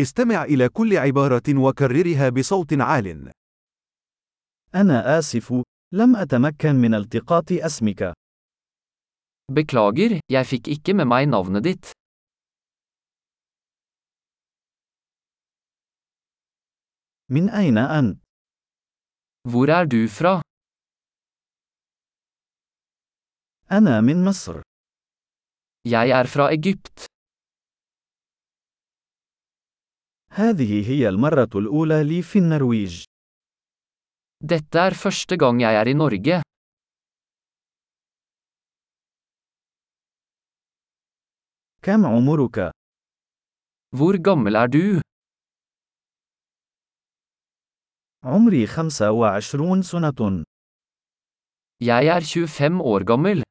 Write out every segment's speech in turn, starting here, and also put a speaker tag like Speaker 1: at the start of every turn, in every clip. Speaker 1: استمع إلى كل عبارة وكررها بصوت عال.
Speaker 2: أنا آسف، لم أتمكن من التقاط اسمك.
Speaker 3: Beklager, jeg fikk ikke med meg navnet ditt.
Speaker 2: من أين أنت؟
Speaker 3: Hvor er du fra?
Speaker 2: أنا من مصر.
Speaker 3: Jeg er fra Egypt.
Speaker 2: هذه هي المرة الأولى لي في النرويج.
Speaker 3: Dette er første gang jeg er i Norge.
Speaker 2: كم عمرك؟
Speaker 3: Hvor gammel er du?
Speaker 2: عمري 25 سنة.
Speaker 3: Jeg er 25 år gammel.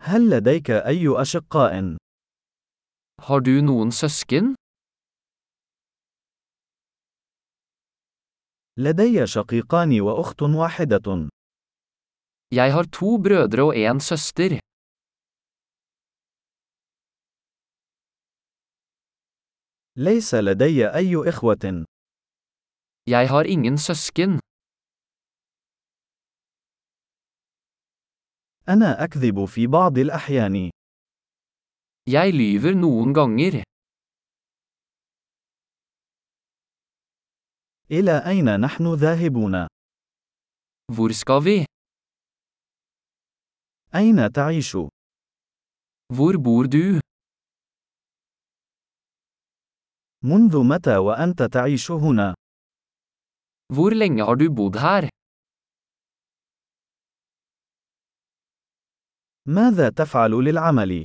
Speaker 2: هل لديك أي أشقاء؟
Speaker 3: Har du noen søsken?
Speaker 2: لدي شقيقان وأخت واحدة.
Speaker 3: Jeg har to brødre og en søster.
Speaker 2: ليس لدي أي إخوة.
Speaker 3: Jeg har ingen søsken.
Speaker 2: أنا أكذب في بعض الأحيان.
Speaker 3: Jeg lyver noen ganger.
Speaker 2: إلى أين نحن ذاهبون؟
Speaker 3: Hvor skal vi?
Speaker 2: أين تعيش؟
Speaker 3: Hvor bor du?
Speaker 2: منذ متى وأنت تعيش هنا؟
Speaker 3: Hvor lenge har du bodd her?
Speaker 2: ماذا تفعل للعمل؟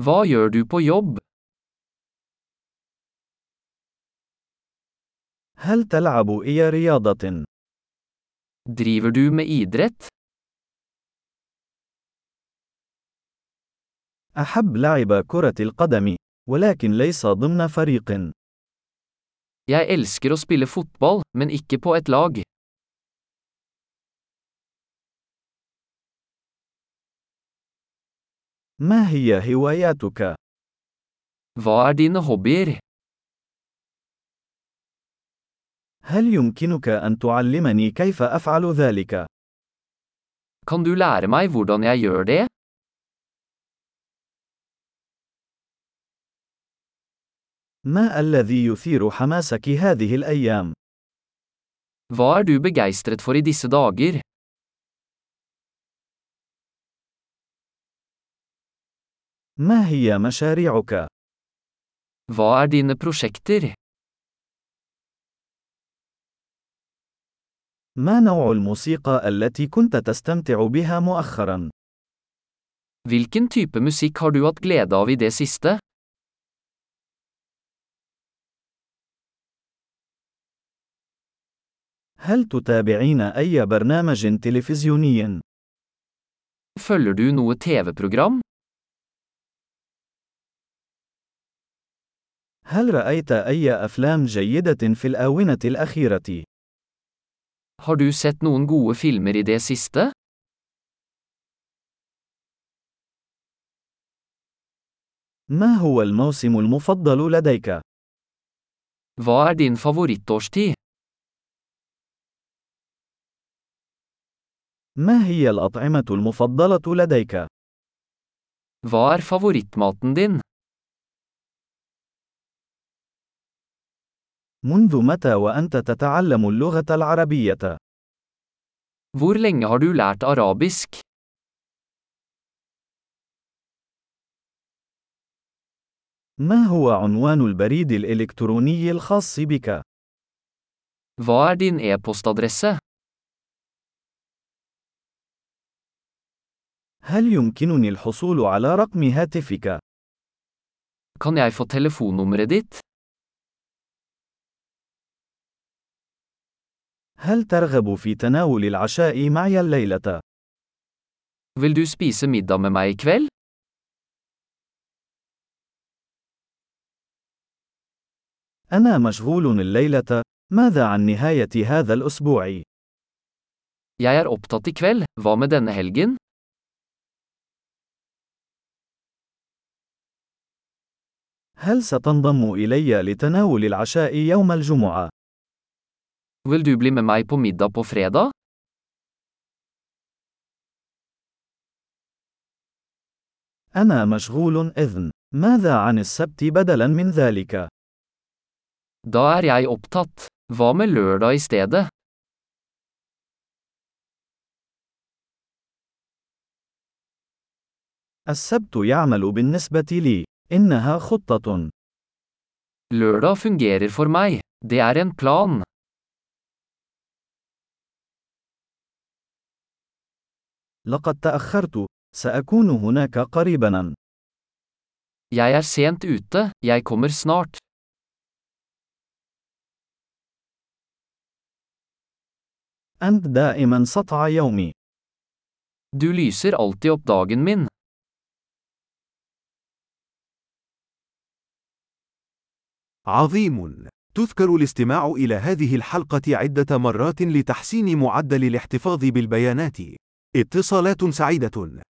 Speaker 3: Hva gjør du på jobb?
Speaker 2: هل تلعب أي رياضة؟
Speaker 3: Driver du med idrett?
Speaker 2: أحب لعب كرة القدم، ولكن ليس ضمن فريق.
Speaker 3: Jeg elsker å spille fotball, men ikke på et lag.
Speaker 2: ما هي هواياتك؟
Speaker 3: Hva er dine hobbyer?
Speaker 2: هل يمكنك أن تعلمني كيف أفعل ذلك؟
Speaker 3: Kan du lære meg hvordan jeg gjør det?
Speaker 2: ما الذي يثير حماسك هذه الأيام؟
Speaker 3: Hva er du begeistret for i disse dager?
Speaker 2: ما هي مشاريعك؟
Speaker 3: Hva er dine prosjekter?
Speaker 2: ما نوع الموسيقى التي كنت تستمتع بها مؤخرا؟
Speaker 3: Hvilken type musikk har du hatt glede av i det siste?
Speaker 2: هل تتابعين أي برنامج تلفزيوني؟
Speaker 3: Følger du noe TV-program?
Speaker 2: هل رأيت أي أفلام جيدة في الآونة الأخيرة؟
Speaker 3: Har du sett noen gode filmer i det siste?
Speaker 2: ما هو الموسم المفضل لديك؟
Speaker 3: Hva er din favorittårstid?
Speaker 2: ما هي الأطعمة المفضلة لديك؟
Speaker 3: Hva er favorittmaten din?
Speaker 2: منذ متى وأنت تتعلم اللغة العربية؟
Speaker 3: Hvor lenge har du lært arabisk?
Speaker 2: ما هو عنوان البريد الإلكتروني الخاص بك؟
Speaker 3: Hva er din e-postadresse?
Speaker 2: هل يمكنني الحصول على رقم هاتفك؟
Speaker 3: Kan jeg få telefonnummeret ditt?
Speaker 2: هل ترغب في تناول العشاء معي الليلة؟
Speaker 3: Vil du spise middag med meg i kveld?
Speaker 2: أنا مشغول الليلة، ماذا عن نهاية هذا الأسبوع؟
Speaker 3: Jeg er opptatt i kveld, hva med denne helgen?
Speaker 2: هل ستنضم إلي لتناول العشاء يوم الجمعة؟
Speaker 3: Vil du bli med meg på middag på fredag?
Speaker 2: أنا مشغول إذن. ماذا عن السبت بدلاً من ذلك؟
Speaker 3: Da er jeg opptatt. Hva med lørdag i stedet?
Speaker 2: السبت يعمل بالنسبة لي. إنها خطة.
Speaker 3: Lørdag fungerer for meg. Det er en plan.
Speaker 2: لقد تأخرت. سأكون هناك قريباً.
Speaker 3: Jeg er sent ute, jeg kommer snart.
Speaker 2: أنت دائماً سطع يومي.
Speaker 3: Du lyser alltid opp dagen min.
Speaker 1: عظيم تذكر الاستماع إلى هذه الحلقة عدة مرات لتحسين معدل الاحتفاظ بالبيانات اتصالات سعيدة